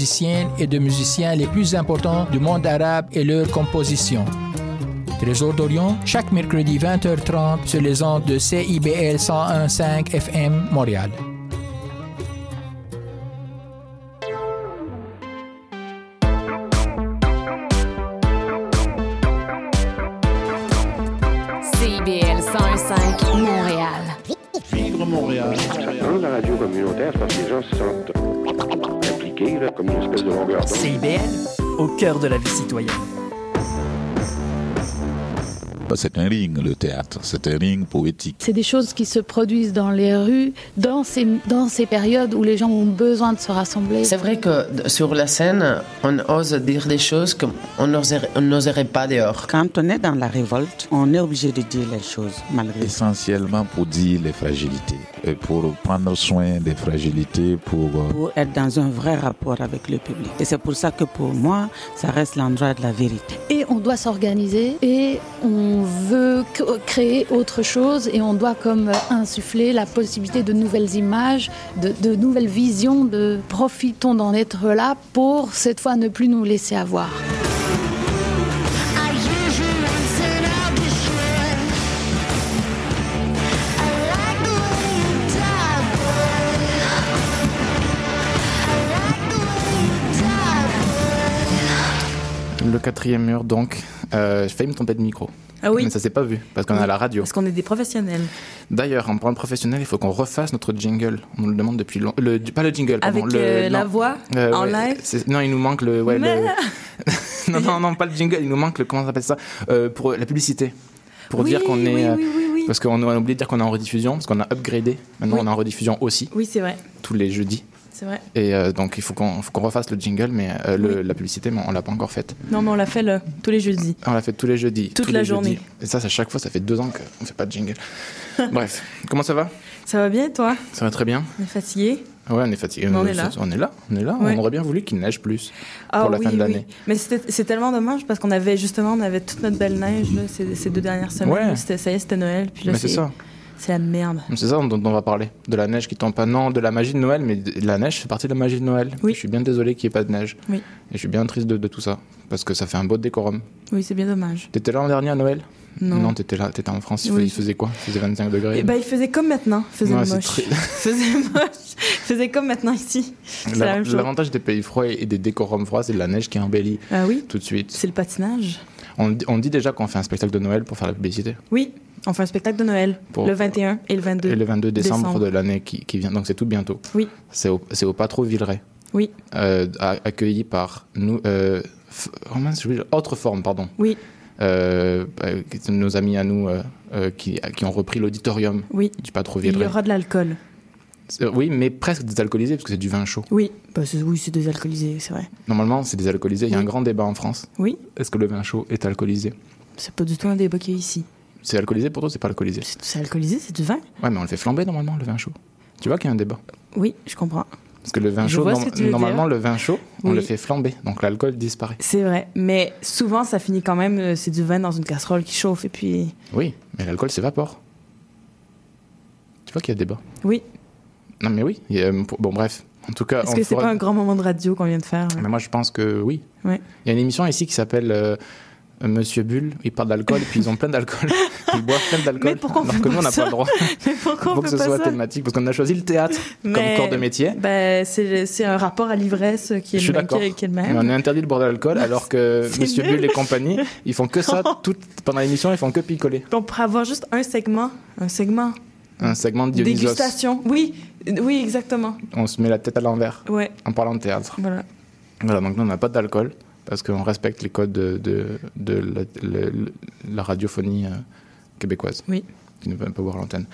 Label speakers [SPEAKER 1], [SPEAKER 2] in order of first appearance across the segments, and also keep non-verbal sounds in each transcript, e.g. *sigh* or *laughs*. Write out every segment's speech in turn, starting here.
[SPEAKER 1] musiciennes et de musiciens les plus importants du monde arabe et leurs compositions. Trésor d'Orient, chaque mercredi 20h30 sur les ondes de CIBL 101.5 FM Montréal.
[SPEAKER 2] CIBL 101.5 Montréal.
[SPEAKER 3] Vivre Montréal.
[SPEAKER 4] Dans Hein, la radio communautaire, c'est parce que les gens se sentent impliqués, là, comme une espèce de longueur d'onde.
[SPEAKER 5] CIBL, au cœur de la vie citoyenne.
[SPEAKER 6] Bah, C'est un ring, le théâtre. C'est un ring poétique.
[SPEAKER 7] C'est des choses qui se produisent dans les rues, dans ces, dans ces périodes où les gens ont besoin de se rassembler.
[SPEAKER 8] C'est vrai que d- sur la scène, on ose dire des choses qu'on n'oserait- on n'oserait pas dehors.
[SPEAKER 9] Quand on est dans la révolte, on est obligé de dire les choses, malgré tout.
[SPEAKER 6] Essentiellement pour dire les fragilités, et pour prendre soin des fragilités, pour... euh,
[SPEAKER 9] Pour être dans un vrai rapport avec le public. Et c'est pour ça que pour moi, ça reste l'endroit de la vérité.
[SPEAKER 7] Et on doit s'organiser et on veut c- créer autre chose et on doit comme euh, insuffler la possibilité de nouvelles images, de, de nouvelles visions, de profitons d'en être là pour cette fois ne plus nous laisser avoir.
[SPEAKER 10] Le quatrième mur, donc. Euh, J'ai failli me tomber de micro.
[SPEAKER 11] Ah oui,
[SPEAKER 10] Mais ça s'est pas vu, parce qu'on est à la radio.
[SPEAKER 11] parce qu'on est des professionnels.
[SPEAKER 10] D'ailleurs, en parlant de professionnel, il faut qu'on refasse notre jingle. On nous le demande depuis longtemps. Le, pas le jingle, pardon.
[SPEAKER 11] Avec
[SPEAKER 10] le-
[SPEAKER 11] euh, la
[SPEAKER 10] non.
[SPEAKER 11] voix
[SPEAKER 10] Euh,
[SPEAKER 11] en
[SPEAKER 10] ouais,
[SPEAKER 11] live.
[SPEAKER 10] c'est- Non, il nous manque le. ouais, le-
[SPEAKER 11] Mais-
[SPEAKER 10] *laughs* non, non, non, pas le jingle, il nous manque le. Comment ça s'appelle ça Euh, Pour la publicité. Pour
[SPEAKER 11] Oui,
[SPEAKER 10] dire qu'on est.
[SPEAKER 11] Oui,
[SPEAKER 10] euh,
[SPEAKER 11] oui, oui, oui.
[SPEAKER 10] Parce qu'on a oublié de dire qu'on est en rediffusion, parce qu'on a upgradé. Maintenant,
[SPEAKER 11] Oui.
[SPEAKER 10] on est en rediffusion aussi,
[SPEAKER 11] Oui, c'est vrai.
[SPEAKER 10] tous les jeudis.
[SPEAKER 11] C'est vrai.
[SPEAKER 10] Et euh, donc, il faut qu'on faut qu'on refasse le jingle, mais euh, le- la publicité, mais on l'a pas encore faite.
[SPEAKER 11] Non, mais on l'a fait le- tous les jeudis.
[SPEAKER 10] Ah, On l'a fait tous les jeudis.
[SPEAKER 11] Toute
[SPEAKER 10] tous
[SPEAKER 11] la
[SPEAKER 10] les
[SPEAKER 11] journée.
[SPEAKER 10] jeudis. Et ça, c'est à chaque fois, ça fait deux ans qu'on fait pas
[SPEAKER 11] *laughs*
[SPEAKER 10] de jingle. Bref, comment ça va
[SPEAKER 11] Ça va bien, toi
[SPEAKER 10] Ça va très bien.
[SPEAKER 11] On est fatigué
[SPEAKER 10] Ouais, on est fatigué.
[SPEAKER 11] Mais on est là.
[SPEAKER 10] On est là. On est là.
[SPEAKER 11] Ouais. Ah
[SPEAKER 10] On aurait bien voulu qu'il neige plus. Pour la fin de l'année.
[SPEAKER 11] Mais c'était- c'est tellement dommage parce qu'on avait justement on avait toute notre belle neige là, ces, ces deux dernières semaines.
[SPEAKER 10] Ouais.
[SPEAKER 11] Là, c'était- Ça y est, c'était Noël. Puis là,
[SPEAKER 10] Mais c'est ça.
[SPEAKER 11] C'est la merde.
[SPEAKER 10] C'est ça dont dont on va parler. De la neige qui tombe pas. Non, de la magie de Noël, mais de- la neige fait partie de la magie de Noël.
[SPEAKER 11] Oui.
[SPEAKER 10] Je suis bien désolé qu'il n'y ait pas de neige.
[SPEAKER 11] Oui.
[SPEAKER 10] Et je suis bien triste de, de tout ça. Parce que ça fait un beau décorum.
[SPEAKER 11] Oui, c'est bien dommage.
[SPEAKER 10] T'étais là en dernier à Noël
[SPEAKER 11] Non.
[SPEAKER 10] t'étais là. T'étais en France. Il
[SPEAKER 11] Oui.
[SPEAKER 10] faisait- il faisait quoi Il faisait 25 degrés.
[SPEAKER 11] Eh ben, il faisait comme maintenant. Faisait
[SPEAKER 10] Ouais, c'est
[SPEAKER 11] moche.
[SPEAKER 10] très-
[SPEAKER 11] *laughs* faisait moche. faisait comme maintenant
[SPEAKER 10] *laughs*
[SPEAKER 11] ici. C'est la
[SPEAKER 10] L'avant-
[SPEAKER 11] même chose.
[SPEAKER 10] L'avantage des pays froids et des décorums froids, c'est de la neige qui embellit
[SPEAKER 11] Ah oui.
[SPEAKER 10] tout de suite.
[SPEAKER 11] C'est le patinage.
[SPEAKER 10] On, dit- on dit déjà qu'on fait un spectacle de Noël pour faire la publicité.
[SPEAKER 11] Oui. On fait un spectacle de Noël
[SPEAKER 10] Pour-
[SPEAKER 11] le 21 et le 22.
[SPEAKER 10] Et le 22 décembre,
[SPEAKER 11] Décembre.
[SPEAKER 10] de l'année qui, qui vient, donc c'est tout bientôt.
[SPEAKER 11] Oui.
[SPEAKER 10] C'est au, c'est au Patro Villeray,
[SPEAKER 11] Oui.
[SPEAKER 10] euh, a- accueilli par nous. Euh, f- oh mince, j'ai oublié- autre forme, pardon.
[SPEAKER 11] Oui.
[SPEAKER 10] Euh, euh, qui sont nos amis à nous euh, euh, qui, qui ont repris l'auditorium
[SPEAKER 11] Oui.
[SPEAKER 10] du Patro
[SPEAKER 11] Il y
[SPEAKER 10] Villeray.
[SPEAKER 11] aura de l'alcool.
[SPEAKER 10] C'est- euh, Oui, mais presque désalcoolisé parce que c'est du vin chaud.
[SPEAKER 11] Oui. Bah, c'est- oui, c'est désalcoolisé, c'est vrai.
[SPEAKER 10] Normalement, c'est désalcoolisé. Il y a un
[SPEAKER 11] Oui.
[SPEAKER 10] grand débat en France.
[SPEAKER 11] Oui.
[SPEAKER 10] Est-ce que le vin chaud est alcoolisé
[SPEAKER 11] C'est pas du tout un débat qu'il y a ici.
[SPEAKER 10] C'est alcoolisé pour toi, c'est pas alcoolisé.
[SPEAKER 11] C'est c'est alcoolisé, c'est du vin
[SPEAKER 10] Ouais, mais on le fait flamber normalement, le vin chaud. Tu vois qu'il y a un débat.
[SPEAKER 11] Oui, je comprends.
[SPEAKER 10] Parce que le vin
[SPEAKER 11] Je
[SPEAKER 10] chaud,
[SPEAKER 11] vois ce
[SPEAKER 10] norm-
[SPEAKER 11] que tu veux
[SPEAKER 10] normalement, le vin chaud, on
[SPEAKER 11] Oui.
[SPEAKER 10] le fait flamber. Donc l'alcool disparaît.
[SPEAKER 11] C'est vrai, mais souvent ça finit quand même, euh, c'est du vin dans une casserole qui chauffe et puis...
[SPEAKER 10] Oui, mais l'alcool s'évapore. Tu vois qu'il y a débat.
[SPEAKER 11] Oui,
[SPEAKER 10] Non, mais oui. il y a- bon, bref. En tout cas,
[SPEAKER 11] est-ce
[SPEAKER 10] on
[SPEAKER 11] que c'est
[SPEAKER 10] fera-
[SPEAKER 11] pas un grand moment de radio qu'on vient de faire là
[SPEAKER 10] Mais moi, je pense que oui.
[SPEAKER 11] Ouais.
[SPEAKER 10] Il y a une émission ici qui s'appelle euh, Monsieur Bulle. Ils parlent d'alcool, puis ils ont
[SPEAKER 11] *laughs*
[SPEAKER 10] plein d'alcool. Ils boivent plein d'alcool.
[SPEAKER 11] Mais pourquoi on
[SPEAKER 10] alors
[SPEAKER 11] fait
[SPEAKER 10] que nous, on
[SPEAKER 11] pas
[SPEAKER 10] n'a
[SPEAKER 11] ça
[SPEAKER 10] pas le droit.
[SPEAKER 11] *laughs* Mais pourquoi on
[SPEAKER 10] Pour que
[SPEAKER 11] fait
[SPEAKER 10] ce
[SPEAKER 11] pas
[SPEAKER 10] soit
[SPEAKER 11] ça
[SPEAKER 10] thématique, parce qu'on a choisi le théâtre comme
[SPEAKER 11] Mais-
[SPEAKER 10] corps de métier.
[SPEAKER 11] Ben, c'est c'est un rapport à l'ivresse qui est,
[SPEAKER 10] Je suis
[SPEAKER 11] le même, qui
[SPEAKER 10] d'accord.
[SPEAKER 11] est- qui est le
[SPEAKER 10] Mais on
[SPEAKER 11] même.
[SPEAKER 10] est interdit de boire
[SPEAKER 11] *laughs*
[SPEAKER 10] de l'alcool, alors que
[SPEAKER 11] C'est
[SPEAKER 10] Monsieur
[SPEAKER 11] nul.
[SPEAKER 10] Bulle et compagnie, ils font que
[SPEAKER 11] *laughs*
[SPEAKER 10] ça tout- pendant l'émission, ils font que picoler.
[SPEAKER 11] On pourrait avoir juste un segment, un segment,
[SPEAKER 10] Un segment de Dionysos.
[SPEAKER 11] dégustation. Oui, euh, oui, exactement.
[SPEAKER 10] On se met la tête à l'envers
[SPEAKER 11] Ouais,
[SPEAKER 10] en parlant de théâtre.
[SPEAKER 11] voilà.
[SPEAKER 10] Voilà, donc nous, on n'a pas d'alcool parce qu'on respecte les codes de, de, de la, le- la radiophonie euh, québécoise.
[SPEAKER 11] Oui.
[SPEAKER 10] Qui ne peut même pas voir l'antenne.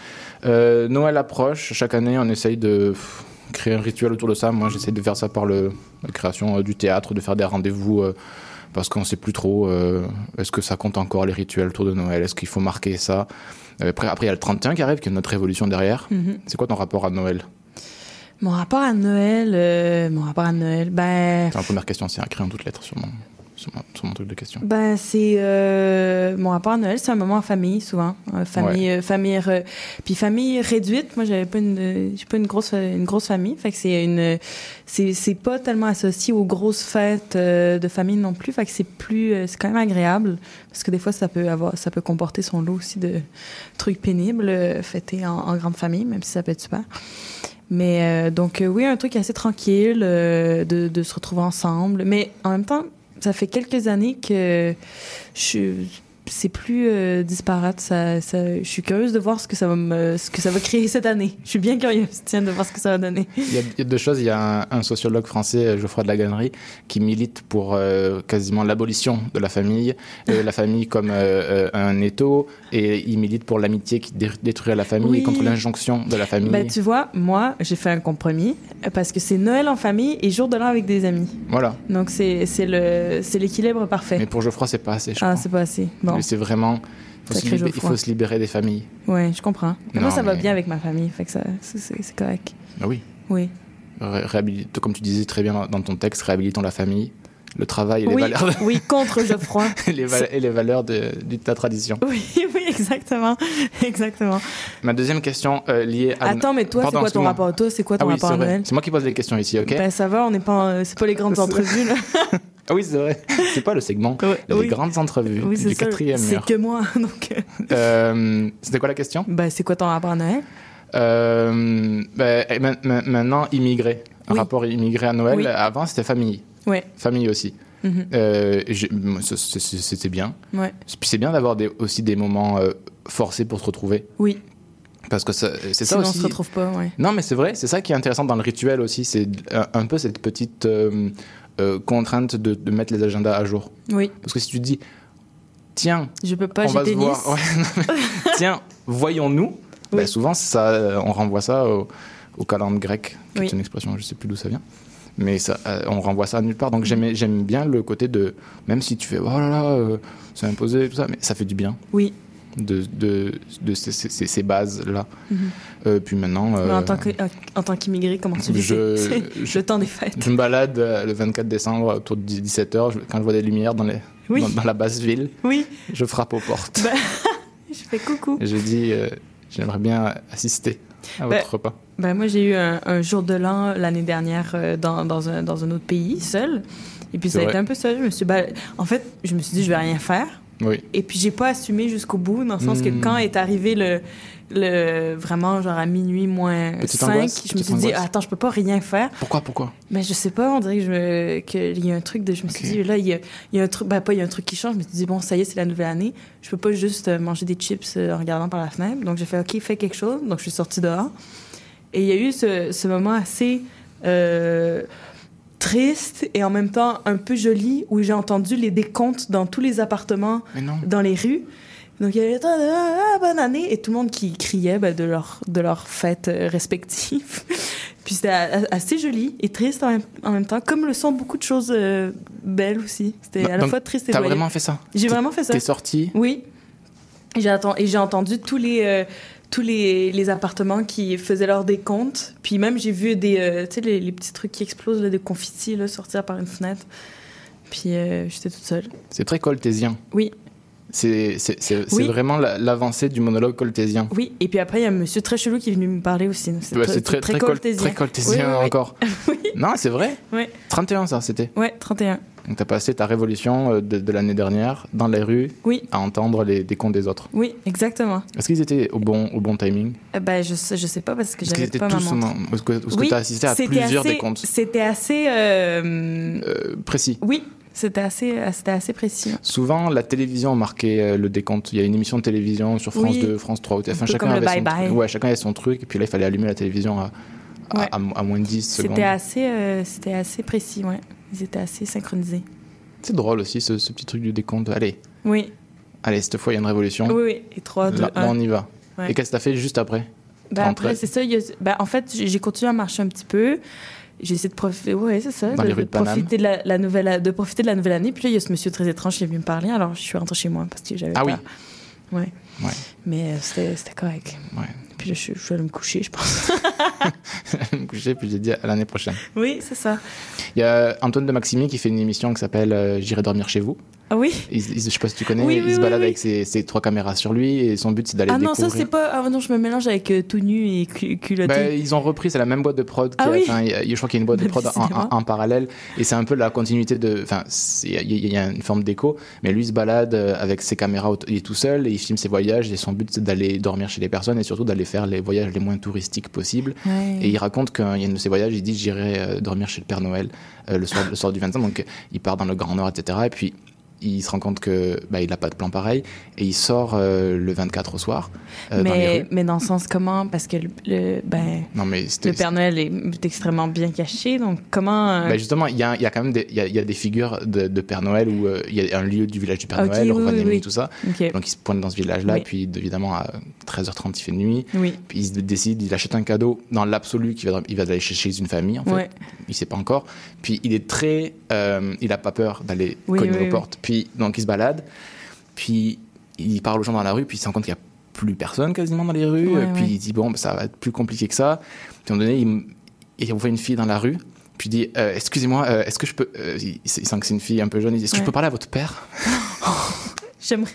[SPEAKER 10] Euh, Noël approche. Chaque année, on essaye de pff, créer un rituel autour de ça. Moi, j'essaye de faire ça par le, la création euh, du théâtre, de faire des rendez-vous. euh, parce qu'on ne sait plus trop, euh, est-ce que ça compte encore les rituels autour de Noël Est-ce qu'il faut marquer ça Euh, Après, après, il y a le 31 qui arrive, qui est notre révolution derrière.
[SPEAKER 11] Mhm.
[SPEAKER 10] C'est quoi ton rapport à Noël
[SPEAKER 11] Mon rapport à Noël, ben, euh, mon rapport à Noël, ben...
[SPEAKER 10] C'est la première question, c'est écrit en toutes lettres, sûrement. sur, mon- sur mon truc de question
[SPEAKER 11] Ben, c'est euh, mon rapport à Noël, c'est un moment en famille souvent, Euh, famille, euh, famille, re- puis famille réduite. Moi, j'avais pas une, euh, j'ai pas une grosse, une grosse famille. Fait que c'est une, c'est, c'est pas tellement associé aux grosses fêtes euh, de famille non plus. Fait que c'est plus, euh, c'est quand même agréable parce que des fois, ça peut avoir, ça peut comporter son lot aussi de trucs pénibles euh, fêtés en, en grande famille, même si ça peut être super. Mais euh, donc, euh, oui, un truc assez tranquille euh, de, de se retrouver ensemble. Mais en même temps, ça fait quelques années que je c'est plus euh, disparate. Ça, ça- je suis curieuse de voir ce que ça va me, ce que ça va créer cette année. Je suis bien curieuse, tiens, de voir ce que ça va donner.
[SPEAKER 10] Il y, a, il y a deux choses. Il y a un, un sociologue français, euh, Geoffroy de la Gannerie, qui milite pour euh, quasiment l'abolition de la famille, euh, la famille comme euh, euh, un étau, et il milite pour l'amitié qui dé- détruit la famille
[SPEAKER 11] Oui.
[SPEAKER 10] et contre l'injonction de la famille.
[SPEAKER 11] Ben, tu vois, moi, j'ai fait un compromis euh, parce que c'est Noël en famille et jour de l'an avec des amis.
[SPEAKER 10] Voilà.
[SPEAKER 11] Donc c'est c'est le c'est l'équilibre parfait.
[SPEAKER 10] Mais pour Geoffroy, c'est pas assez. Je
[SPEAKER 11] ah,
[SPEAKER 10] crois.
[SPEAKER 11] c'est pas assez. Bon,
[SPEAKER 10] Mais c'est vraiment. faut se
[SPEAKER 11] Sacré
[SPEAKER 10] libé- il
[SPEAKER 11] Geoffroy.
[SPEAKER 10] faut se libérer des familles.
[SPEAKER 11] ouais, je comprends. Mais moi,
[SPEAKER 10] Non,
[SPEAKER 11] ça va
[SPEAKER 10] mais-
[SPEAKER 11] bien avec ma famille, fait que ça c'est- c'est c'est correct.
[SPEAKER 10] Ah oui.
[SPEAKER 11] Oui.
[SPEAKER 10] Ré- réhabilite- comme tu disais très bien dans- dans ton texte, réhabilitons la famille, le travail et les
[SPEAKER 11] oui,
[SPEAKER 10] valeurs, de-
[SPEAKER 11] oui, contre Geoffroy. *laughs*
[SPEAKER 10] *laughs* les val- et les valeurs de, de ta tradition.
[SPEAKER 11] oui, oui, exactement, exactement.
[SPEAKER 10] Ma deuxième question euh, liée à.
[SPEAKER 11] Attends, mais toi, c'est quoi
[SPEAKER 10] Pardon,
[SPEAKER 11] ton
[SPEAKER 10] excuse-moi.
[SPEAKER 11] rapport Toi, c'est quoi ton
[SPEAKER 10] ah oui,
[SPEAKER 11] rapport
[SPEAKER 10] c'est
[SPEAKER 11] à
[SPEAKER 10] vrai.
[SPEAKER 11] Noël
[SPEAKER 10] C'est moi qui pose les questions ici, ok
[SPEAKER 11] Ben ça va, on n'est pas, en- c'est pas les
[SPEAKER 10] *laughs*
[SPEAKER 11] grandes entrevues là.
[SPEAKER 10] Ah oui, c'est vrai. C'est pas le segment. les
[SPEAKER 11] oui.
[SPEAKER 10] grandes entrevues
[SPEAKER 11] Oui, c'est
[SPEAKER 10] du
[SPEAKER 11] ça.
[SPEAKER 10] quatrième
[SPEAKER 11] C'est
[SPEAKER 10] mur.
[SPEAKER 11] que moi, *laughs* donc. euh,
[SPEAKER 10] Euh, C'était quoi la question
[SPEAKER 11] Ben c'est quoi ton rapport à Noël
[SPEAKER 10] Euh, ben, et ma- ma- Maintenant, immigré. Un rapport immigré à Noël.
[SPEAKER 11] Oui.
[SPEAKER 10] Avant, c'était famille.
[SPEAKER 11] Ouais.
[SPEAKER 10] Famille aussi.
[SPEAKER 11] Mhm.
[SPEAKER 10] Euh, j'ai- moi, ça, c'est- c'est- C'était bien.
[SPEAKER 11] Ouais.
[SPEAKER 10] Puis c'est bien d'avoir des- aussi des moments euh, forcés pour se retrouver.
[SPEAKER 11] Oui.
[SPEAKER 10] Parce que ça- c'est ça
[SPEAKER 11] Sinon,
[SPEAKER 10] aussi.
[SPEAKER 11] on se retrouve pas, ouais.
[SPEAKER 10] Non, mais c'est vrai, c'est ça qui est intéressant dans le rituel aussi. C'est euh, un, un peu cette petite euh, euh, contrainte de, de mettre les agendas à jour.
[SPEAKER 11] Oui.
[SPEAKER 10] Parce que si tu te dis, tiens,
[SPEAKER 11] Je peux pas,
[SPEAKER 10] on va
[SPEAKER 11] j'ai
[SPEAKER 10] se
[SPEAKER 11] tennis.
[SPEAKER 10] voir. Ouais, non, mais-
[SPEAKER 11] *laughs*
[SPEAKER 10] tiens, voyons-nous. Bah, souvent, ça, euh, on renvoie ça au, au calendrier grec, qui
[SPEAKER 11] Oui.
[SPEAKER 10] est une expression, je sais plus d'où ça vient. Mais ça, euh, on renvoie ça à nulle part. Donc j'aimais- j'aime bien le côté de, même si tu fais, oh là là, euh, c'est imposé, tout ça, mais ça fait du bien
[SPEAKER 11] Oui.
[SPEAKER 10] de, de, de ces, ces- ces bases-là.
[SPEAKER 11] Mhm.
[SPEAKER 10] Euh, puis maintenant.
[SPEAKER 11] Mais en
[SPEAKER 10] euh,
[SPEAKER 11] tant que- en tant qu'immigré, comment tu vis *laughs*
[SPEAKER 10] je-
[SPEAKER 11] c'est-
[SPEAKER 10] je-
[SPEAKER 11] le temps des fêtes
[SPEAKER 10] Je me balade euh, le 24 décembre autour de 17h quand je vois des lumières dans, les,
[SPEAKER 11] Oui.
[SPEAKER 10] dans, dans la basse ville.
[SPEAKER 11] Oui.
[SPEAKER 10] Je frappe aux portes.
[SPEAKER 11] Ben, *laughs* Je fais coucou.
[SPEAKER 10] Et je dis euh, j'aimerais bien assister à
[SPEAKER 11] Ben,
[SPEAKER 10] votre repas.
[SPEAKER 11] Ben, moi, j'ai eu un, un jour de l'an l'année dernière euh, dans, dans, un, dans un autre pays, seul. Et puis,
[SPEAKER 10] C'est
[SPEAKER 11] ça a été
[SPEAKER 10] vrai.
[SPEAKER 11] un peu seul. Je me suis bal- En fait, je me suis dit, je vais rien faire.
[SPEAKER 10] Oui.
[SPEAKER 11] Et puis, j'ai pas assumé jusqu'au bout, dans le sens que
[SPEAKER 10] Mm.
[SPEAKER 11] quand est arrivé le, le. Vraiment, genre à minuit moins
[SPEAKER 10] Petite
[SPEAKER 11] 5,
[SPEAKER 10] angoisse,
[SPEAKER 11] je me suis
[SPEAKER 10] petite
[SPEAKER 11] dit, ah,
[SPEAKER 10] angoisse.
[SPEAKER 11] attends, je peux pas rien faire.
[SPEAKER 10] Pourquoi Pourquoi
[SPEAKER 11] Mais je sais pas, on dirait que je me- qu'il y a un truc de. Je me suis dit, là, il y a, il y a un truc. Ben, pas, il y a un truc qui change. Je me suis dit, bon, ça y est, c'est la nouvelle année. Je peux pas juste euh, manger des chips euh, en regardant par la fenêtre. Donc, j'ai fait, OK, fais quelque chose. Donc, je suis sortie dehors. Et il y a eu ce, ce moment assez euh, triste et en même temps un peu joli où j'ai entendu les décomptes dans tous les appartements,
[SPEAKER 10] Mais non.
[SPEAKER 11] dans les rues. Donc, il y avait Ah, ah, bonne année et tout le monde qui criait ben, de leur, de leur fête euh, respective. *laughs* Puis c'était a- a- assez joli et triste en même, en même temps, comme le sont beaucoup de choses euh, belles aussi. C'était à la
[SPEAKER 10] Bah, Donc,
[SPEAKER 11] fois triste et
[SPEAKER 10] T'as
[SPEAKER 11] joyeux.
[SPEAKER 10] vraiment fait ça
[SPEAKER 11] J'ai
[SPEAKER 10] T'es-
[SPEAKER 11] vraiment fait ça.
[SPEAKER 10] T'es sorti
[SPEAKER 11] Oui. Et j'ai atten- et j'ai entendu tous les euh, tous les, les appartements qui faisaient leur décompte. Puis même j'ai vu des euh, tu sais les, les petits trucs qui explosent là, des confettis là, sortir par une fenêtre. Puis euh, j'étais toute seule.
[SPEAKER 10] C'est très coltésien.
[SPEAKER 11] Oui.
[SPEAKER 10] C'est c'est- c'est- c'est
[SPEAKER 11] Oui.
[SPEAKER 10] vraiment la- l'avancée du monologue coltésien.
[SPEAKER 11] Oui, et puis après il y a un monsieur très chelou qui est venu me parler aussi. C'est
[SPEAKER 10] Bah,
[SPEAKER 11] tr-
[SPEAKER 10] C'est très, très, col- très coltésien
[SPEAKER 11] Oui, *laughs* oui, oui.
[SPEAKER 10] encore. Non, c'est vrai.
[SPEAKER 11] Ouais.
[SPEAKER 10] 31, ça, c'était.
[SPEAKER 11] Ouais, 31.
[SPEAKER 10] Donc, t'as passé ta révolution euh, de, de l'année dernière dans les rues
[SPEAKER 11] Oui.
[SPEAKER 10] à entendre les, des cons des autres.
[SPEAKER 11] Oui, exactement.
[SPEAKER 10] Est-ce qu'ils étaient au bon, au bon timing
[SPEAKER 11] Euh, Ben, je, sais- je sais pas parce que
[SPEAKER 10] Est-ce qu'ils
[SPEAKER 11] j'avais
[SPEAKER 10] étaient
[SPEAKER 11] pas ma
[SPEAKER 10] tous au
[SPEAKER 11] montre.
[SPEAKER 10] moment- Est-ce que, est-ce que
[SPEAKER 11] Oui,
[SPEAKER 10] t'as assisté à
[SPEAKER 11] c'était
[SPEAKER 10] plusieurs
[SPEAKER 11] assez-
[SPEAKER 10] décomptes
[SPEAKER 11] C'était assez. euh,
[SPEAKER 10] euh, précis
[SPEAKER 11] Oui, c'était assez, euh, c'était assez précis.
[SPEAKER 10] Souvent, la télévision marquait euh, le décompte. Il y a une émission de télévision sur France
[SPEAKER 11] Oui.
[SPEAKER 10] 2, France 3 ou TF1.
[SPEAKER 11] Un peu
[SPEAKER 10] chacun
[SPEAKER 11] comme le
[SPEAKER 10] avait son
[SPEAKER 11] bye-bye.
[SPEAKER 10] truc. Ouais, chacun avait son truc. Et puis là, il fallait allumer la télévision à, à-
[SPEAKER 11] Ouais.
[SPEAKER 10] à- à moins de 10 secondes.
[SPEAKER 11] C'était assez, euh, c'était assez précis, ouais. Ils étaient assez synchronisés.
[SPEAKER 10] C'est drôle aussi, ce, ce petit truc du décompte. Allez,
[SPEAKER 11] Oui,
[SPEAKER 10] allez, cette fois, il y a une révolution.
[SPEAKER 11] oui, oui. Et 3, 2,
[SPEAKER 10] là, là,
[SPEAKER 11] 1.
[SPEAKER 10] on y va.
[SPEAKER 11] Ouais.
[SPEAKER 10] Et qu'est-ce que t'as fait juste après
[SPEAKER 11] Ben,
[SPEAKER 10] Entre-
[SPEAKER 11] après, c'est ça. il y a- ben, en fait, j'ai j'ai continué à marcher un petit peu. J'ai essayé de profiter, ouais, c'est ça,
[SPEAKER 10] Dans
[SPEAKER 11] de,
[SPEAKER 10] les rues
[SPEAKER 11] de
[SPEAKER 10] de Paname.
[SPEAKER 11] profiter de la, la nouvelle, de profiter de la nouvelle année. Puis là, il y a ce monsieur très étrange qui est venu me parler. Alors, je suis rentrée chez moi parce que j'avais
[SPEAKER 10] Ah oui.
[SPEAKER 11] peur. Ouais.
[SPEAKER 10] Ouais.
[SPEAKER 11] Mais euh, c'était c'était correct.
[SPEAKER 10] Ouais.
[SPEAKER 11] Puis puis là, je, je suis allée me coucher, je pense.
[SPEAKER 10] *laughs* Je me coucher, puis j'ai dit à l'année prochaine.
[SPEAKER 11] oui, c'est ça.
[SPEAKER 10] Il y a Antoine de Maximi qui fait une émission qui s'appelle euh, J'irai dormir chez vous.
[SPEAKER 11] Ah oui
[SPEAKER 10] Il- il- je sais pas si tu connais,
[SPEAKER 11] Oui,
[SPEAKER 10] il
[SPEAKER 11] oui,
[SPEAKER 10] se
[SPEAKER 11] oui,
[SPEAKER 10] balade
[SPEAKER 11] oui.
[SPEAKER 10] avec ses, ses trois caméras sur lui et son but c'est d'aller
[SPEAKER 11] Ah non, ça
[SPEAKER 10] découvrir.
[SPEAKER 11] c'est pas. Ah non, je me mélange avec euh, tout nu et cu- culotté.
[SPEAKER 10] Bah, ils ont repris, c'est la même boîte de prod. Qui
[SPEAKER 11] Ah
[SPEAKER 10] a-
[SPEAKER 11] oui.
[SPEAKER 10] enfin, il y a- je crois qu'il y a une boîte de
[SPEAKER 11] Bah,
[SPEAKER 10] prod en, en-
[SPEAKER 11] décidément.
[SPEAKER 10] en parallèle. Et c'est un peu la continuité de. Enfin, c'est- il y, a- il y a une forme d'écho. Mais lui il se balade euh, avec ses caméras, aut- il est tout seul et il filme ses voyages. Et son but, c'est d'aller dormir chez les personnes et surtout d'aller faire les voyages les moins touristiques possibles.
[SPEAKER 11] Ouais.
[SPEAKER 10] Et il raconte qu'il y a un de ses voyages, il dit J'irai euh, dormir chez le Père Noël euh, le, soir, le soir du 25. Donc il part dans le Grand Nord, etc. Et puis. Il se rend compte que bah, il n'a pas de plan pareil et il sort euh, le 24 au soir euh, dans les
[SPEAKER 11] mais,
[SPEAKER 10] rues.
[SPEAKER 11] mais dans le sens comment Parce que le, le- ben,
[SPEAKER 10] Non mais
[SPEAKER 11] le
[SPEAKER 10] c'était-
[SPEAKER 11] Père Noël est extrêmement bien caché, donc comment. euh,
[SPEAKER 10] Bah, justement, il y a, il y a quand même des, il y a, il y a des figures de, de Père Noël où euh, il y a un lieu du village du Père
[SPEAKER 11] Ok,
[SPEAKER 10] Noël,
[SPEAKER 11] oui,
[SPEAKER 10] Rovaniemi,
[SPEAKER 11] oui, oui.
[SPEAKER 10] tout ça.
[SPEAKER 11] Ok.
[SPEAKER 10] Donc il se pointe dans ce village-là,
[SPEAKER 11] Oui. Mm.
[SPEAKER 10] et puis évidemment à 13h30 il fait nuit.
[SPEAKER 11] Oui.
[SPEAKER 10] Puis il se décide, il achète un cadeau dans l'absolu qu'il va, il va aller chez, chez une famille en fait.
[SPEAKER 11] Ouais.
[SPEAKER 10] Il sait pas encore. Puis il est très, euh, il a pas peur d'aller
[SPEAKER 11] Oui,
[SPEAKER 10] cogner
[SPEAKER 11] oui,
[SPEAKER 10] aux
[SPEAKER 11] oui.
[SPEAKER 10] portes. Puis donc il se balade, puis il parle aux gens dans la rue, puis il se rend compte qu'il y a plus personne quasiment dans les rues.
[SPEAKER 11] Ouais,
[SPEAKER 10] Et puis
[SPEAKER 11] ouais.
[SPEAKER 10] il dit bon, bah, ça va être plus compliqué que ça. Puis à un moment donné, il, m- et on voit une fille dans la rue. Puis il dit Euh, excusez-moi, euh, est-ce que je peux euh, il, il sent que c'est une fille un peu jeune. Il dit est-ce que je peux
[SPEAKER 11] Ouais.
[SPEAKER 10] parler à votre père
[SPEAKER 11] J'aimerais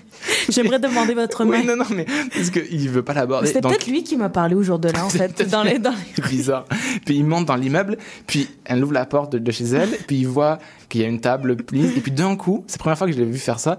[SPEAKER 11] j'aimerais demander votre main.
[SPEAKER 10] Oui, non, non, mais parce qu'il veut pas l'aborder.
[SPEAKER 11] C'était
[SPEAKER 10] Donc,
[SPEAKER 11] peut-être lui qui m'a parlé au jour de là, en fait. dans les, dans les-
[SPEAKER 10] *laughs* C'est *laughs* bizarre. Puis il monte dans l'immeuble, puis elle ouvre la porte de, de chez elle, puis il voit qu'il y a une table prise, et puis d'un coup, c'est la première fois que je l'ai vu faire ça,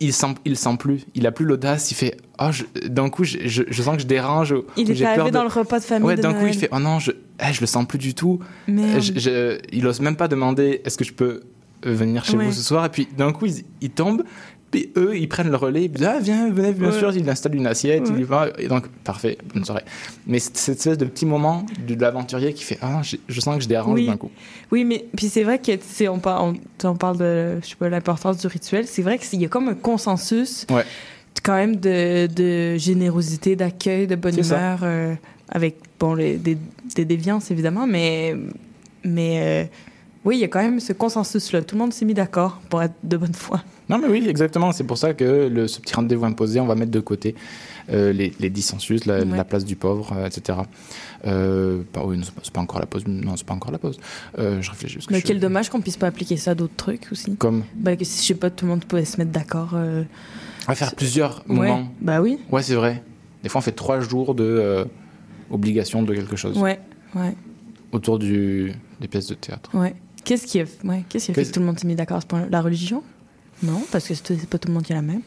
[SPEAKER 10] il sent, il sent plus, il a plus l'audace, il fait oh, je- d'un coup, je, je- je sens que je dérange. ou-
[SPEAKER 11] Il
[SPEAKER 10] ou
[SPEAKER 11] était
[SPEAKER 10] j'ai peur
[SPEAKER 11] arrivé
[SPEAKER 10] de-
[SPEAKER 11] dans le repas de famille.
[SPEAKER 10] Ouais,
[SPEAKER 11] de
[SPEAKER 10] d'un coup,
[SPEAKER 11] Noël.
[SPEAKER 10] il fait oh non, je, eh, je le sens plus du tout.
[SPEAKER 11] Merde.
[SPEAKER 10] Je- je- il ose même pas demander est-ce que je peux euh, venir chez
[SPEAKER 11] Ouais.
[SPEAKER 10] vous ce soir, et puis d'un coup, ils, ils tombent. Puis eux, ils prennent le relais, ils disent Ah, viens, venez, bien
[SPEAKER 11] Ouais.
[SPEAKER 10] sûr. Ils installent une assiette,
[SPEAKER 11] Ouais.
[SPEAKER 10] il y va, et donc, parfait, bonne soirée. Mais c'est cette espèce de petit moment de, de l'aventurier qui fait Ah, je, je sens que je dérange
[SPEAKER 11] Oui.
[SPEAKER 10] d'un coup.
[SPEAKER 11] Oui, mais puis c'est vrai que tu sais, on, par- on, tu sais, on parle de je sais pas l'importance du rituel. C'est vrai qu'il y a comme un consensus
[SPEAKER 10] Ouais.
[SPEAKER 11] quand même de, de générosité, d'accueil, de bonne
[SPEAKER 10] C'est ça.
[SPEAKER 11] humeur, euh, avec bon les- des, des déviances évidemment, mais mais euh, oui, il y a quand même ce consensus-là. Tout le monde s'est mis d'accord pour être de bonne foi.
[SPEAKER 10] Non, mais oui, exactement. C'est pour ça que le, ce petit rendez-vous imposé, on va mettre de côté euh, les, les dissensus, la,
[SPEAKER 11] Ouais.
[SPEAKER 10] la place du pauvre, euh, etc. Euh, bah oui, non, c'est pas, c'est pas encore la pause. Non, c'est pas encore la pause. Euh, je réfléchis. parce que
[SPEAKER 11] Mais
[SPEAKER 10] je-
[SPEAKER 11] quel dommage qu'on puisse pas appliquer ça à d'autres trucs aussi.
[SPEAKER 10] Comme.
[SPEAKER 11] Bah, que si, je sais pas, tout le monde pouvait se mettre d'accord. euh,
[SPEAKER 10] On va faire plusieurs
[SPEAKER 11] ouais.
[SPEAKER 10] moments.
[SPEAKER 11] Bah oui.
[SPEAKER 10] Ouais, c'est vrai. Des fois, on fait trois jours de euh, obligation de quelque chose
[SPEAKER 11] Ouais, ouais,
[SPEAKER 10] autour du, des pièces de théâtre.
[SPEAKER 11] ouais. Qu'est-ce qui a, ouais, qu'est-ce qui a fait
[SPEAKER 10] Qu'est-ce-
[SPEAKER 11] que tout le monde s'est mis d'accord à ce point-là La religion Non, parce que c'est c'est pas tout le monde qui a la même.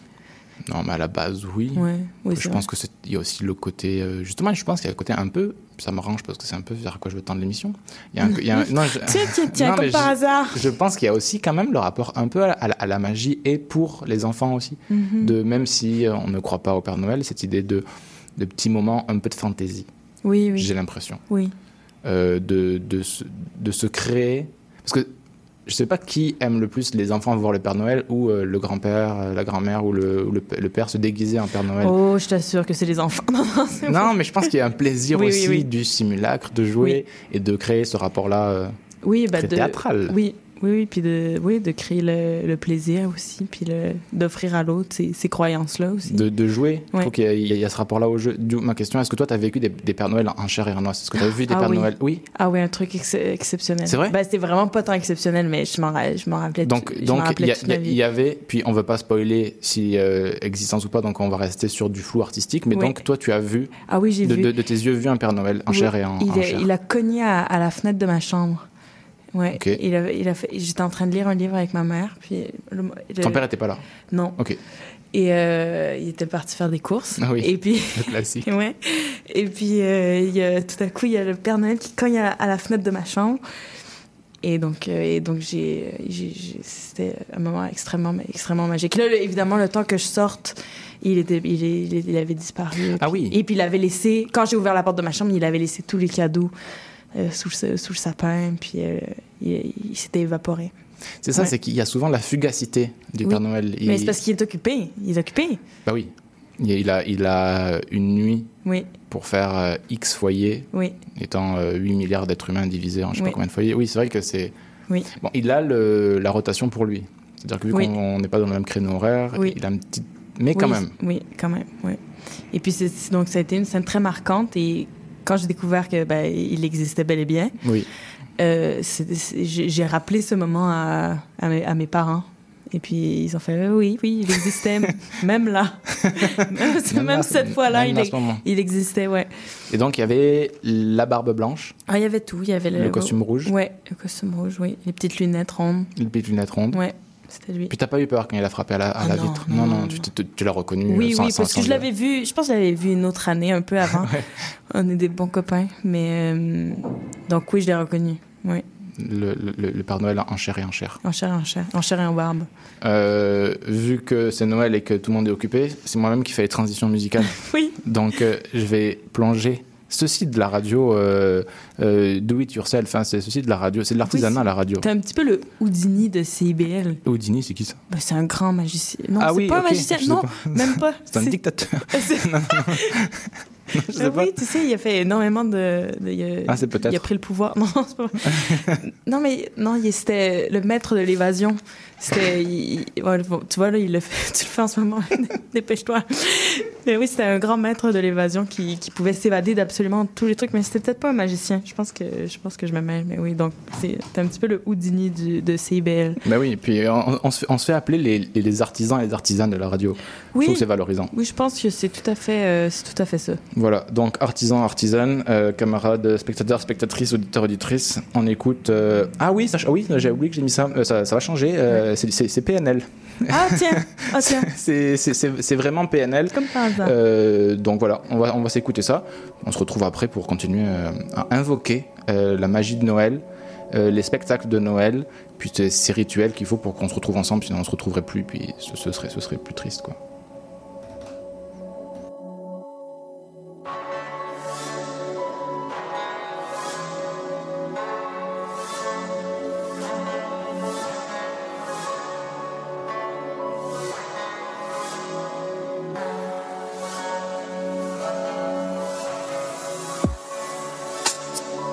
[SPEAKER 10] Non, mais à la base, oui.
[SPEAKER 11] Ouais, oui,
[SPEAKER 10] Mm. je
[SPEAKER 11] c'est
[SPEAKER 10] pense que c'est- il y a aussi le côté. euh, justement, je pense qu'il y a le côté un peu. Ça m'arrange parce que c'est un peu vers quoi je veux tendre l'émission. Il y
[SPEAKER 11] *laughs*
[SPEAKER 10] a un, il y a un- non, je-
[SPEAKER 11] Tiens, tiens, tiens,
[SPEAKER 10] Non,
[SPEAKER 11] comme
[SPEAKER 10] mais
[SPEAKER 11] par
[SPEAKER 10] je-
[SPEAKER 11] hasard.
[SPEAKER 10] Je pense qu'il y a aussi quand même le rapport un peu à la, à la- à la magie et pour les enfants aussi.
[SPEAKER 11] Mhm.
[SPEAKER 10] De même si euh, on ne croit pas au Père Noël, cette idée de, de petits moments un peu de fantaisie.
[SPEAKER 11] Oui, oui.
[SPEAKER 10] J'ai l'impression.
[SPEAKER 11] Oui.
[SPEAKER 10] euh, de, de, se, de se créer. Parce que je sais pas qui aime le plus les enfants voir le Père Noël ou euh, le grand-père, euh, la grand-mère ou, le, ou le, p- le père se déguiser en Père Noël.
[SPEAKER 11] Oh, je t'assure que c'est les enfants. *laughs* Non, non, c'est
[SPEAKER 10] Non, mais je pense qu'il y a un
[SPEAKER 11] *laughs*
[SPEAKER 10] plaisir
[SPEAKER 11] Oui, oui,
[SPEAKER 10] aussi
[SPEAKER 11] oui.
[SPEAKER 10] du simulacre, de jouer et de créer ce rapport-là. euh.
[SPEAKER 11] Oui, bah
[SPEAKER 10] Très
[SPEAKER 11] de...
[SPEAKER 10] théâtral.
[SPEAKER 11] Oui, oui, oui, puis de, oui, de créer le, le plaisir aussi, puis le- d'offrir à l'autre ces, ces croyances-là aussi.
[SPEAKER 10] de, de jouer. Je
[SPEAKER 11] Ouais.
[SPEAKER 10] trouve qu'il y a- il y, a- il y a ce rapport-là au jeu. D'où ma question, est-ce que toi, tu as vécu des, des Pères Noël en chair et en os Est-ce que tu as vu des
[SPEAKER 11] Ah
[SPEAKER 10] Pères
[SPEAKER 11] oui.
[SPEAKER 10] Noël Oui.
[SPEAKER 11] Ah oui, un truc ex- exceptionnel.
[SPEAKER 10] C'est vrai
[SPEAKER 11] Bah, c'était vraiment pas tant exceptionnel, mais je m'en ra- je m'en rappelais.
[SPEAKER 10] Donc,
[SPEAKER 11] tout- je m'en
[SPEAKER 10] donc il
[SPEAKER 11] rappelais
[SPEAKER 10] y, a-
[SPEAKER 11] toute ma
[SPEAKER 10] il y a-
[SPEAKER 11] vie.
[SPEAKER 10] il y avait, puis on ne veut pas spoiler si euh, existence ou pas, donc on va rester sur du flou artistique. Mais
[SPEAKER 11] Ouais.
[SPEAKER 10] donc, toi, tu as vu,
[SPEAKER 11] Ah oui, j'ai
[SPEAKER 10] de,
[SPEAKER 11] vu.
[SPEAKER 10] de- de tes yeux, vu un Père Noël en
[SPEAKER 11] Oui,
[SPEAKER 10] chair et en,
[SPEAKER 11] il,
[SPEAKER 10] en
[SPEAKER 11] a,
[SPEAKER 10] chair.
[SPEAKER 11] il a cogné à, à la fenêtre de ma chambre. Ouais.
[SPEAKER 10] Ok.
[SPEAKER 11] Il a, il a fait- J'étais en train de lire un livre avec ma mère. Puis le, le-
[SPEAKER 10] Ton père n'était pas là.
[SPEAKER 11] Non. *laughs*
[SPEAKER 10] Ok,
[SPEAKER 11] Et euh, il était parti faire des courses.
[SPEAKER 10] Ah oui.
[SPEAKER 11] Et
[SPEAKER 10] *laughs*
[SPEAKER 11] puis.
[SPEAKER 10] le
[SPEAKER 11] *laughs*
[SPEAKER 10] classique.
[SPEAKER 11] Ouais. Et puis, euh, il y a- tout à coup, il y a le Père Noël qui cogne à la, à la fenêtre de ma chambre. Et donc, euh, et donc j'ai, j'ai- j'ai- c'était un moment extrêmement, extrêmement magique. Là, le- évidemment, le temps que je sorte, il, était, il, est- il est- il avait disparu.
[SPEAKER 10] Ah oui.
[SPEAKER 11] Et puis, il avait laissé, quand j'ai ouvert la porte de ma chambre, il avait laissé tous les cadeaux euh, sous, le- sous le sapin. Puis, euh, il, il s'était évaporé.
[SPEAKER 10] C'est ça,
[SPEAKER 11] Ouais.
[SPEAKER 10] c'est qu'il y a souvent la fugacité du
[SPEAKER 11] Oui.
[SPEAKER 10] Père Noël. Il-
[SPEAKER 11] Mais c'est parce qu'il est occupé. Il est occupé.
[SPEAKER 10] Bah oui. Il il a, il a une nuit
[SPEAKER 11] Oui,
[SPEAKER 10] pour faire euh, X foyers,
[SPEAKER 11] oui,
[SPEAKER 10] étant euh, 8 milliards d'êtres humains divisés en je sais
[SPEAKER 11] Oui.
[SPEAKER 10] pas combien de foyers. Oui, c'est vrai que c'est.
[SPEAKER 11] oui.
[SPEAKER 10] Bon, il a le- la rotation pour lui. C'est-à-dire que vu
[SPEAKER 11] Oui.
[SPEAKER 10] qu'on n'est pas dans le même créneau horaire,
[SPEAKER 11] Oui.
[SPEAKER 10] il a une petite mais quand
[SPEAKER 11] Oui,
[SPEAKER 10] même.
[SPEAKER 11] Oui, quand même, oui. Et puis, c'est- c'est- donc, ça a été une scène très marquante. Et quand j'ai découvert que ben, il existait bel et bien,
[SPEAKER 10] Oui.
[SPEAKER 11] euh, c'est- c'est- j'ai j'ai rappelé ce moment à, à mes, à mes parents. Et puis, ils ont fait euh, oui, oui, il existait,
[SPEAKER 10] *laughs*
[SPEAKER 11] même là. *laughs* même
[SPEAKER 10] là,
[SPEAKER 11] cette fois-là,
[SPEAKER 10] même
[SPEAKER 11] il,
[SPEAKER 10] à
[SPEAKER 11] est-
[SPEAKER 10] ce moment.
[SPEAKER 11] il existait, ouais.
[SPEAKER 10] Et donc, il y avait la barbe blanche,
[SPEAKER 11] Ah, il y avait tout. Il y avait le,
[SPEAKER 10] Le costume rouge.
[SPEAKER 11] Ouais, le costume rouge, oui. Les petites lunettes rondes.
[SPEAKER 10] une petite lunette ronde.
[SPEAKER 11] Ouais, c'était lui.
[SPEAKER 10] Puis t'as pas eu peur quand il a frappé à la, à
[SPEAKER 11] Ah
[SPEAKER 10] la
[SPEAKER 11] non,
[SPEAKER 10] vitre
[SPEAKER 11] non,
[SPEAKER 10] Non,
[SPEAKER 11] non,
[SPEAKER 10] non, tu, t'es- tu l'as reconnu.
[SPEAKER 11] Oui,
[SPEAKER 10] sans-
[SPEAKER 11] oui,
[SPEAKER 10] sans-
[SPEAKER 11] parce
[SPEAKER 10] sans
[SPEAKER 11] que je
[SPEAKER 10] le-
[SPEAKER 11] l'avais vu, je pense que je l'avais vu une autre année, un
[SPEAKER 10] *laughs*
[SPEAKER 11] peu avant. On est des bons copains, mais. euh, donc, oui, je l'ai reconnu. Oui,
[SPEAKER 10] Le, le- le Père Noël en chair et en chair.
[SPEAKER 11] en chair, et en chair, en chair et en barbe.
[SPEAKER 10] Euh, vu que c'est Noël et que tout le monde est occupé, c'est moi-même qui fais les transitions musicales.
[SPEAKER 11] *laughs* Oui.
[SPEAKER 10] Donc euh, je vais plonger. Ceci de la radio, euh, euh, do it yourself, hein, c'est ceci de la radio, c'est de l'artisanat
[SPEAKER 11] Oui,
[SPEAKER 10] la radio.
[SPEAKER 11] T'es un petit peu le Houdini de CIBL.
[SPEAKER 10] Houdini, c'est qui ça
[SPEAKER 11] Ben, c'est un grand magicien. Non,
[SPEAKER 10] Ah
[SPEAKER 11] c'est
[SPEAKER 10] oui,
[SPEAKER 11] pas
[SPEAKER 10] ok,
[SPEAKER 11] un magicien,
[SPEAKER 10] je sais
[SPEAKER 11] non,
[SPEAKER 10] pas.
[SPEAKER 11] même pas.
[SPEAKER 10] *laughs* C'est
[SPEAKER 11] *laughs*
[SPEAKER 10] un dictateur.
[SPEAKER 11] Ben oui, tu sais, il a fait énormément de. de- il a-
[SPEAKER 10] Ah, c'est peut-être.
[SPEAKER 11] Il a pris le pouvoir. *laughs* Non, c'est pas vrai. non mais non, il- c'était le maître de l'évasion. C'était. il- il- ouais, bon, tu vois, là, il le fait, *laughs* tu le fais en ce moment. Dépêche-toi. Mais oui, c'était un grand maître de l'évasion qui, qui pouvait s'évader d'absolument tous les trucs. Mais c'était peut-être pas un magicien. Je pense que je, pense que je me mêle. Mais oui, donc, c'est t'es un petit peu le Houdini du- de CIBL.
[SPEAKER 10] Bah oui, puis on, on se, fait- on se fait appeler les, les- les artisans et les artisanes de la radio.
[SPEAKER 11] Oui.
[SPEAKER 10] Je trouve que c'est valorisant.
[SPEAKER 11] Oui, je pense que c'est tout à fait, euh, c'est tout à
[SPEAKER 10] *laughs*
[SPEAKER 11] fait ça.
[SPEAKER 10] Voilà, donc artisans, artisanes, euh, camarades, spectateurs, spectatrices, auditeurs, auditrices, on écoute. euh, Ah oui, ça, ah oui j'ai oublié que j'ai mis ça, euh, ça, ça va changer, euh, c'est- c'est c'est PNL.
[SPEAKER 11] Ah tiens, ah tiens,
[SPEAKER 10] *laughs* C'est- C'est c'est- c'est vraiment PNL.
[SPEAKER 11] comme par hasard.
[SPEAKER 10] Euh, donc voilà, on va, on va s'écouter ça. On se retrouve après pour continuer euh, à invoquer euh, la magie de Noël, euh, les spectacles de Noël, puis ces- ces rituels qu'il faut pour qu'on se retrouve ensemble, sinon on se retrouverait plus, puis ce, ce serait, ce serait plus triste quoi.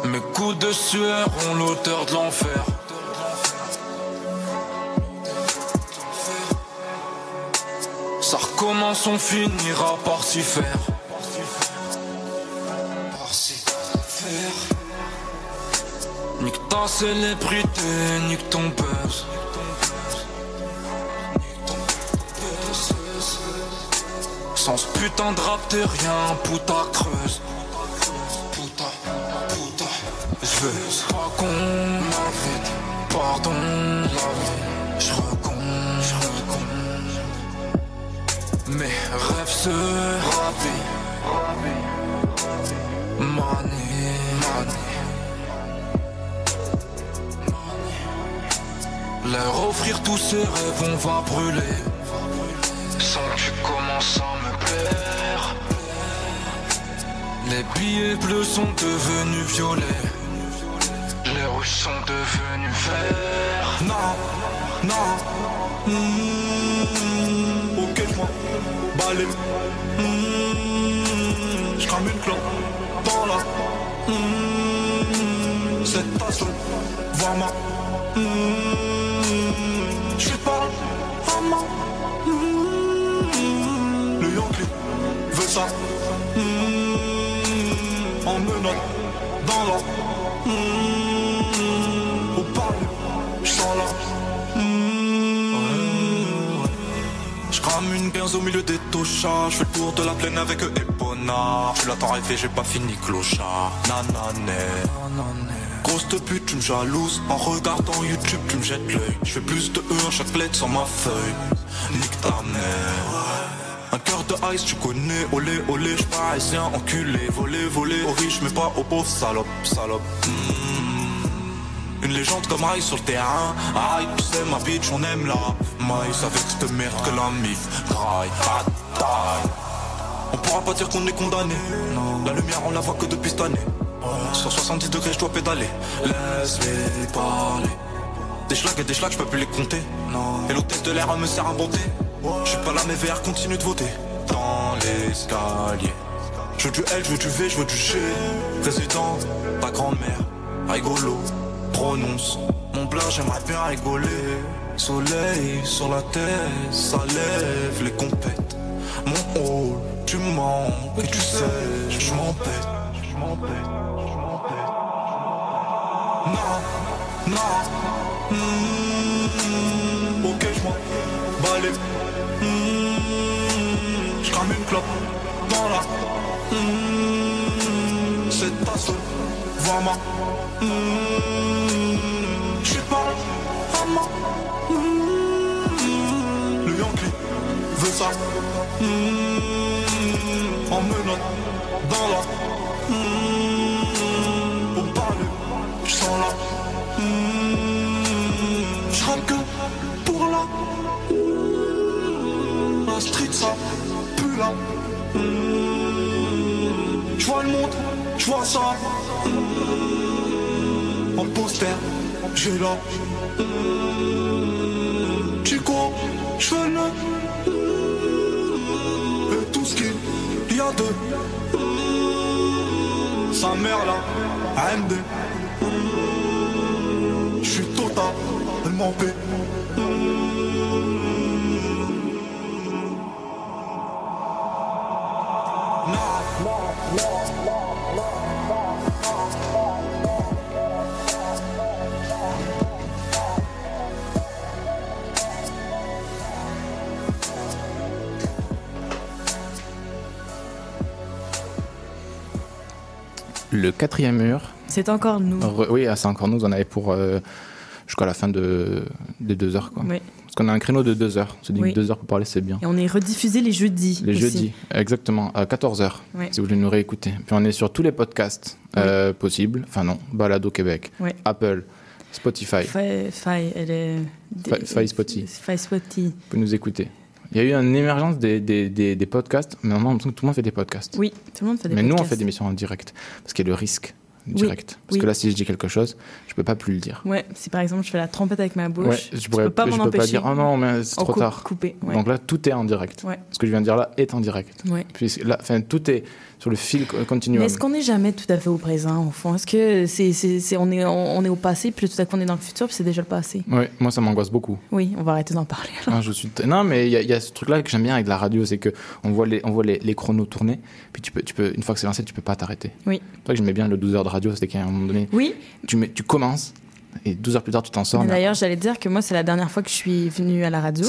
[SPEAKER 12] Mes coups de sueur ont l'auteur de l'enfer. Ça recommence, on finira par s'y faire. Par s'y faire. Nique ta célébrité, nique ton buzz. Sans ce putain de rap, t'es rien, putain creuse. Putain, putain, je veux pas qu'on m'invite, pardon, la vie, je recon, je recon. Mes rêves se ravient, mané, mané. Leur offrir tous ces rêves, on va brûler. Sans que tu commences à me plaire. Les billets bleus sont devenus violets. Les rouges sont devenus verts. Non, non. Mmh. Ok, je m'en balais. Mmh. Je crame une clope dans la. Mmh. Cette façon, voir ma. Mmh. Je parle vraiment. Mmh. Le Yankee veut ça. Mmh. En me note dans la. Mmh. Au parle, je sens la. Je crame une 15 au milieu des tochards. Je fais le tour de la plaine avec Epona. Tu l'attends rêvé, j'ai pas fini clochard. Nanané. Grosse te pute, tu me jalouses. En regardant YouTube, tu me jettes l'œil. Je fais plus de E en chaque lettre sur ma feuille. Nique ta mère. Un cœur de ice, tu connais, olé, olé, j'suis parisien, enculé, volé, volé, aux riches, mais pas aux pauvres, salope, salope. Mmh. Une légende comme Rai sur le terrain, aïe, tu sais, ma bitch, on aime la maïs avec cette merde que la mif, graille, bataille. On pourra pas dire qu'on est condamné, la lumière, on la voit que depuis cette année. Sur 70 degrés, je dois pédaler, laisse-les parler. Des schlags et des schlags, je peux plus les compter. Et l'hôtel de l'air elle me sert à bonté. Je suis pas là, mais VR continue de voter. Dans l'escalier. Je veux du L, je veux du V, je veux du G. Président, ta grand-mère, rigolo, prononce Mon plein, j'aimerais bien rigoler. Soleil sur la tête, ça lève les compètes. Mon rôle, tu manques et tu sais, je m'en pète. Je m'en pète, je m'en pète. Non, non, hmm, ok, je m'en bats les. Hmm, je crame une clope dans la. hmm, c'est ta seule, voir ma. hmm, je suis pas maman. hmm, le Yankee veut ça. hmm, en menottes dans la. hmm, au parler je sens là. Mmh, je rêve que pour là. Mmh, la street, ça pue là. Mmh, je vois le monde, je vois ça. Mmh, en poster, j'ai là. Mmh, Chico, je fais le. Mmh, et tout ce qu'il y a de. Mmh, sa mère là, AMD. Je suis totalement paix.
[SPEAKER 10] Le quatrième mur.
[SPEAKER 11] C'est encore nous.
[SPEAKER 10] Re- oui, ah, c'est encore nous. On en avait pour euh, jusqu'à la fin de, des deux heures. Quoi.
[SPEAKER 11] Oui.
[SPEAKER 10] Parce qu'on a un créneau de deux heures. On s'est dit
[SPEAKER 11] Oui.
[SPEAKER 10] que deux heures pour parler, c'est bien.
[SPEAKER 11] Et on est rediffusé les jeudis.
[SPEAKER 10] Les
[SPEAKER 11] aussi.
[SPEAKER 10] jeudis, exactement, à 14h,
[SPEAKER 11] Ouais.
[SPEAKER 10] si vous voulez nous réécouter. Puis on est sur tous les podcasts euh, possibles, enfin non, Balado Québec,
[SPEAKER 11] Ouais.
[SPEAKER 10] Apple, Spotify,
[SPEAKER 11] Faille, faille, elle est.
[SPEAKER 10] Fi- Fi Spotify.
[SPEAKER 11] Faille Spotty.
[SPEAKER 10] Vous pouvez nous écouter. Il y a eu une émergence des, des, des, des podcasts, mais maintenant on l'impression que tout le monde fait des podcasts.
[SPEAKER 11] Oui, tout le monde fait des
[SPEAKER 10] mais nous on
[SPEAKER 11] podcasts.
[SPEAKER 10] fait des émissions en direct, parce qu'il y a le risque
[SPEAKER 11] Oui,
[SPEAKER 10] direct. Parce
[SPEAKER 11] oui.
[SPEAKER 10] que là, si je dis quelque chose, je peux pas plus le dire.
[SPEAKER 11] Ouais, si par exemple je fais la trompette avec ma
[SPEAKER 10] Ouais,
[SPEAKER 11] bouche,
[SPEAKER 10] je
[SPEAKER 11] tu
[SPEAKER 10] pourrais
[SPEAKER 11] peux pas
[SPEAKER 10] je
[SPEAKER 11] m'en
[SPEAKER 10] peux
[SPEAKER 11] empêcher.
[SPEAKER 10] pas dire, oh non, mais c'est
[SPEAKER 11] On
[SPEAKER 10] trop
[SPEAKER 11] coupe-
[SPEAKER 10] tard.
[SPEAKER 11] couper, ouais.
[SPEAKER 10] Donc là, tout est en direct.
[SPEAKER 11] Ouais.
[SPEAKER 10] Ce que je viens de dire là est en direct.
[SPEAKER 11] Ouais.
[SPEAKER 10] Puis là, enfin, tout est sur le fil continuum.
[SPEAKER 11] Mais est-ce qu'on n'est jamais tout à fait au présent, au fond Est-ce que c'est, c'est- c'est- on, est, on, on est au passé, puis tout à coup on est dans le futur, puis c'est déjà le passé
[SPEAKER 10] Ouais, moi ça m'angoisse beaucoup.
[SPEAKER 11] Oui, on va arrêter d'en parler.
[SPEAKER 10] Ah, je suis t- Non, mais il y, a- il y a ce truc-là que j'aime bien avec la radio, c'est que on voit les, on voit les, les chronos tourner, puis tu peux, tu peux, une fois que c'est lancé, tu peux pas t'arrêter.
[SPEAKER 11] Oui.
[SPEAKER 10] C'est pour ça que j'aimais bien le 12 heures de radio, c'était qu'à un moment donné,
[SPEAKER 11] Oui.
[SPEAKER 10] tu, mets- tu commences, et 12 heures plus tard, tu t'en sors.
[SPEAKER 11] Mais
[SPEAKER 10] mais
[SPEAKER 11] D'ailleurs, j'allais dire que moi, c'est la dernière fois que je suis venue à la radio.
[SPEAKER 10] C'est